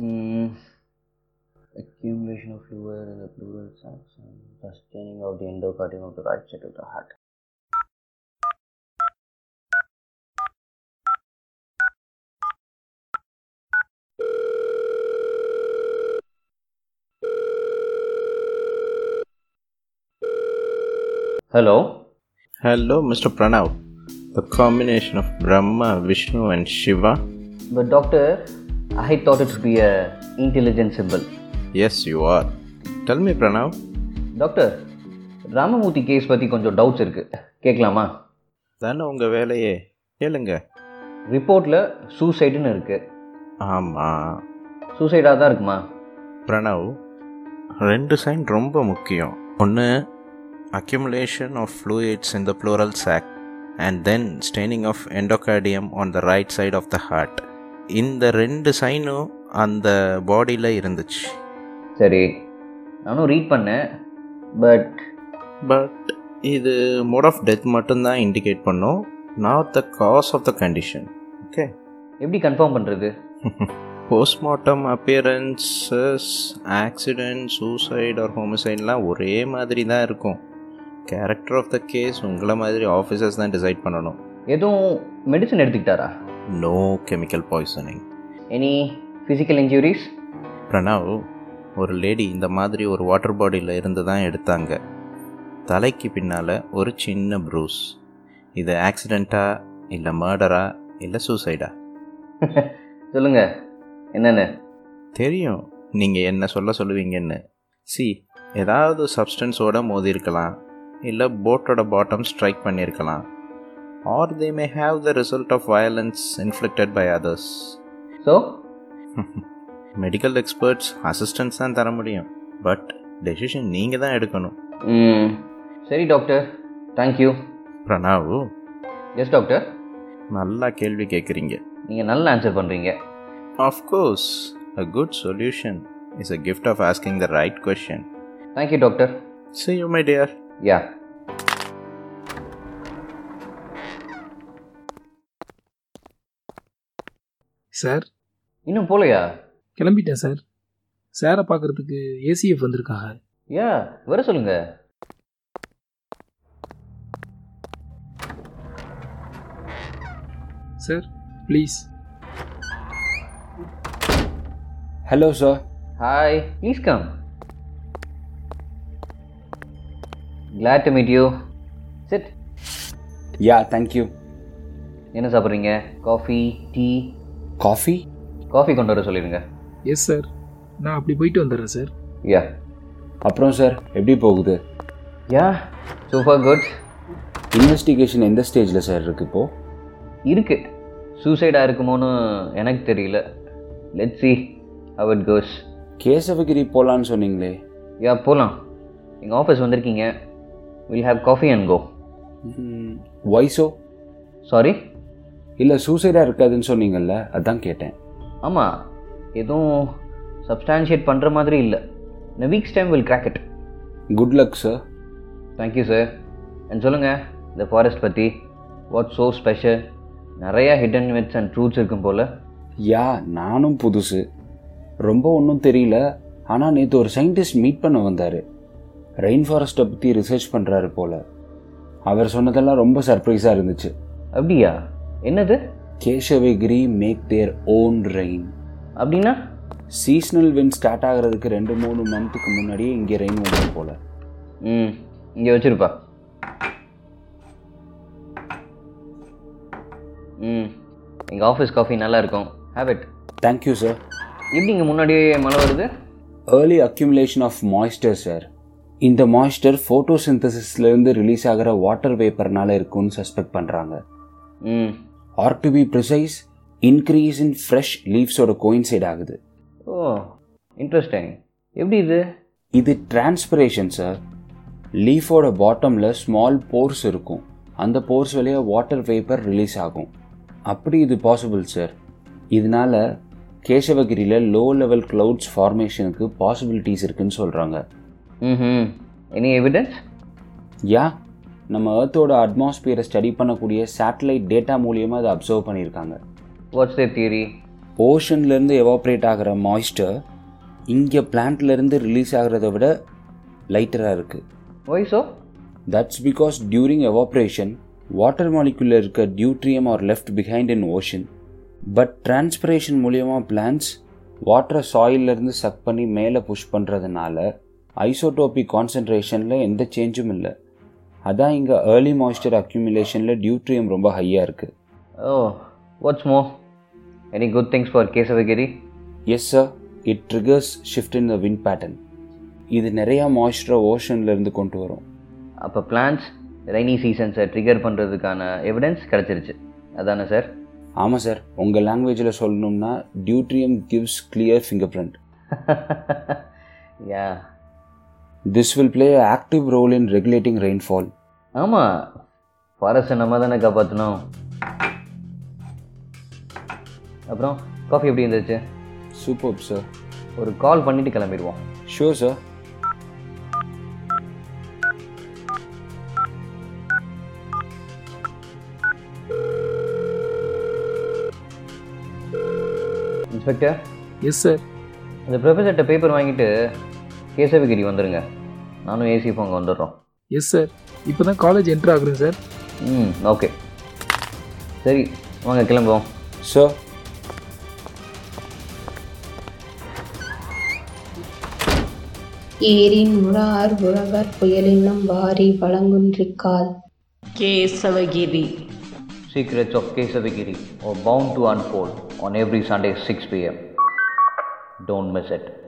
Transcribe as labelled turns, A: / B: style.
A: Mm, accumulation of fluid in the pleural sacs and sustaining of the endocardium of the right side of the heart. Hello?
B: Hello, Mr. Pranav. The combination of Brahma, Vishnu, and Shiva?
A: But doctor, I thought it would be a intelligent symbol.
B: Yes, you are. Tell me, Pranav.
A: Doctor Ramamurthy case பற்றி கொஞ்சம் doubts இருக்குது கேட்கலாமா
B: தானே உங்கள் வேலையே கேளுங்க
A: ரிப்போர்ட்டில் சூசைடுன்னு இருக்குது
B: ஆமாம்
A: சூசைடாக தான் இருக்குமா
B: பிரணவ் ரெண்டு சைன் ரொம்ப முக்கியம் ஒன்று accumulation of fluids in the pleural sac and then staining of endocardium on the right side of the heart இந்த ரெண்டு சைனும் அந்த பாடியில் இருந்துச்சு
A: சரி நானும் ரீட் பண்ணேன் பட்
B: பட் இது மோட் ஆஃப் டெத் மட்டும்தான் இண்டிகேட் பண்ணும் not the cause of the condition okay
A: எப்படி கன்ஃபார்ம் பண்ணுறது
B: postmortem appearances accident suicide or ஹோமிசைட்லாம் ஒரே மாதிரி தான் இருக்கும் கேரக்டர் ஆஃப் த கேஸ் உங்களை மாதிரி ஆஃபீஸர்ஸ் தான் டிசைட் பண்ணணும்
A: எதுவும் மெடிசன் எடுத்துக்கிட்டாரா
B: no chemical poisoning
A: any physical injuries
B: Pranav ஒரு லேடி இந்த மாதிரி ஒரு வாட்டர் பாடியில் இருந்து தான் எடுத்தாங்க தலைக்கு பின்னால் ஒரு சின்ன ப்ரூஸ் இது ஆக்சிடெண்ட்டா இல்லை மர்டரா இல்லை சூசைடா
A: சொல்லுங்கள் என்னென்ன
B: தெரியும் நீங்கள் என்ன சொல்ல சொல்லுவீங்கன்னு சி ஏதாவது சப்ஸ்டன்ஸோட மோதிருக்கலாம் இல்லை போட்டோட பாட்டம் ஸ்ட்ரைக் பண்ணியிருக்கலாம் or they may have the result of violence inflicted by others
A: so
B: medical experts assistance தான் தர முடியும் பட் டெசிஷன் நீங்கள் தான் எடுக்கணும்
A: சரி doctor thank you
B: Pranav
A: yes doctor
B: நல்லா கேள்வி கேட்குறீங்க
A: நீங்கள் நல்லா ஆன்சர் பண்ணுறீங்க
B: of course a good solution is a gift of asking the right question
A: thank you doctor
B: see you my dear
A: yeah
C: sir
A: இன்னும் போகலையா
C: கிளம்பிட்டேன் சார் சாரை பார்க்குறதுக்கு ஏசிஎஃப் வந்திருக்காங்க
A: யா வர சொல்லுங்கள்
C: sir please
D: hello sir
A: hi please come glad to meet you sit
D: yeah thank you
A: என்ன சாப்பிட்றீங்க காஃபி டீ
D: காஃபி
A: காஃபி கொண்டு வர சொல்லிடுங்க
C: எஸ் சார் நான் அப்படி போயிட்டு வந்துடுறேன் சார்
A: யா
D: அப்புறம் சார் எப்படி போகுது
A: யா சூப்பர் குட்
D: இன்வெஸ்டிகேஷன் எந்த ஸ்டேஜில் சார் இருக்கு இப்போ
A: இருக்கு சூசைடாக இருக்குமோன்னு எனக்கு தெரியல let see how it goes
D: Kesavagiri போகலான்னு சொன்னீங்களே
A: யா போகலாம் எங்கள் ஆஃபீஸ் வந்திருக்கீங்க will have coffee and go
D: வயசோ
A: சாரி
D: இல்லை சூசைடாக இருக்காதுன்னு சொன்னீங்கல்ல அதான் கேட்டேன்
A: ஆமாம் எதுவும் சப்ஸ்டான்ஷியேட் பண்ணுற மாதிரி இல்லை இந்த weeks time will crack it
D: good luck sir
A: thank you sir and சொல்லுங்கள் இந்த ஃபாரஸ்ட் பற்றி வாட் ஸோ ஸ்பெஷல் நிறையா ஹிடன் மித்ஸ் அண்ட் ட்ரூத்ஸ் இருக்கும் போல்
D: யா நானும் புதுசு ரொம்ப ஒன்றும் தெரியல ஆனால் நேற்று ஒரு சயின்டிஸ்ட் மீட் பண்ண வந்தார் ரெயின் ஃபாரஸ்ட்டை பற்றி ரிசர்ச் பண்ணுறாரு போல் அவர் சொன்னதெல்லாம் ரொம்ப சர்ப்ரைஸாக இருந்துச்சு
A: அப்படியா என்னது
D: Kesavagiri make their own rain
A: அப்படின்னா
D: சீஸ்னல் வின் ஸ்டார்ட் ஆகிறதுக்கு ரெண்டு மூணு மந்த்துக்கு முன்னாடியே இங்கே ரெயின் வந்து போல
A: ம் இங்கே வச்சுருப்பா ம் எங்கள் ஆஃபீஸ் காஃபி நல்லா இருக்கும் have it
D: தேங்க்யூ சார்
A: எப்படி இங்கே முன்னாடியே மழை வருது
D: early accumulation of moisture sir இந்த மாய்ஸ்டர் ஃபோட்டோசிந்தசிஸ்லேருந்து ரிலீஸ் ஆகிற வாட்டர் வேப்பர்னால இருக்கும்னு சஸ்பெக்ட் பண்ணுறாங்க
A: ம்
D: or to be precise increase in fresh லீவ்ஸோட கோயின்சைட் ஆகுது
A: ஓ இன்ட்ரெஸ்டிங் எப்படி இது
D: இது டிரான்ஸ்பிரேஷன் சார் லீஃபோட பாட்டமில் ஸ்மால் போர்ஸ் இருக்கும் அந்த போர்ஸ் வழியாக வாட்டர் வேப்பர் ரிலீஸ் ஆகும் அப்படி இது பாசிபிள் சார் இதனால கேசவகிரியில் லோ லெவல் கிளவுட்ஸ் ஃபார்மேஷனுக்கு பாசிபிலிட்டிஸ் இருக்குன்னு சொல்கிறாங்க
A: ம் எனி எவிடன்ஸ்
D: யா நம்ம ஏர்த்தோட அட்மாஸ்பியரை ஸ்டடி பண்ணக்கூடிய சேட்டலைட் டேட்டா மூலியமாக அதை அப்சர்வ் பண்ணியிருக்காங்க
A: வாட்ஸ் தேர் தியரி
D: ஓஷன்லேருந்து எவாப்ரேட் ஆகிற மாய்ஸ்டர் இங்கே பிளான்ட்லேருந்து ரிலீஸ் ஆகிறத விட லைட்டராக இருக்குது
A: why so
D: that's because during evaporation water molecular இருக்க deuterium are left behind in ocean but transpiration மூலியமாக பிளான்ஸ் வாட்டரை சாயிலிருந்து சக் பண்ணி மேலே புஷ் பண்ணுறதுனால ஐசோடோபிக் கான்சன்ட்ரேஷனில் எந்த சேஞ்சும் இல்லை அதான் இங்கே ஏர்லி மாய்ஸ்டர் அக்யூமுலேஷனில் டியூட்ரியம் ரொம்ப ஹையாக இருக்குது
A: oh what's more any good things for Kesavagiri
D: yes sir it triggers shift in the wind pattern இது நிறையா மாய்ஸ்டரை ஓஷன்லேருந்து கொண்டு வரும்
A: அப்போ பிளான்ஸ் ரெய்னி சீசன்ஸை ட்ரிகர் பண்ணுறதுக்கான எவிடன்ஸ் கிடச்சிருச்சு அதானே சார்
D: ஆமாம் சார் உங்கள் லாங்குவேஜில் சொல்லணும்னா deuterium gives clear fingerprint
A: yeah
D: this will play active role in regulating rainfall
A: ஆமாம் ஃபாரஸ்ட்டை நம்ம தானே காப்பாற்றணும் அப்புறம் காஃபி எப்படி இருந்துச்சு
D: சூப்பர் சார்
A: ஒரு கால் பண்ணிவிட்டு கிளம்பிடுவோம்
D: sure sir
A: inspector
C: yes sir
A: இந்த ப்ரொஃபஸர்கிட்ட பேப்பர் வாங்கிட்டு கேசவகிரி வந்துடுங்க நானும் ஏசி அங்கே வந்துடுறோம்
C: எஸ் சார் இப்போ தான் காலேஜ் என்ட்ரு ஆகுறேன் சார்
A: ம் ஓகே சரி வாங்க கிளம்புவோம்
D: சார்
E: ஏரின் முறார் உழவர் புயலினும் வாரி வழங்குன்றிக்கால்
F: Kesavagiri
A: secrets of Kesavagiri or bound to unfold on every Sunday 6 pm. Don't miss it.